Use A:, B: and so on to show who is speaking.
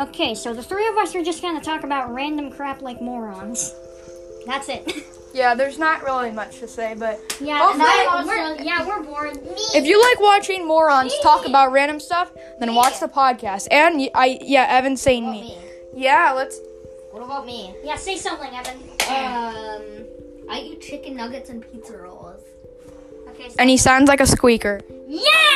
A: Okay, so the three of us are just gonna talk about random crap like morons. That's it.
B: Yeah, there's not really much to say, but
A: yeah,
B: Well,
A: and I
B: Fred,
A: also,
B: we're-
A: yeah, we're bored.
B: if you like watching morons talk about random stuff, then watch the podcast. And y- I, yeah, Evan's saying
C: What about
B: me.
C: me?
B: Yeah, let's.
C: What about me?
A: Yeah, say something, Evan.
C: Um, I eat chicken nuggets and pizza rolls.
A: Okay. So-
B: And he sounds like a squeaker.
A: yeah.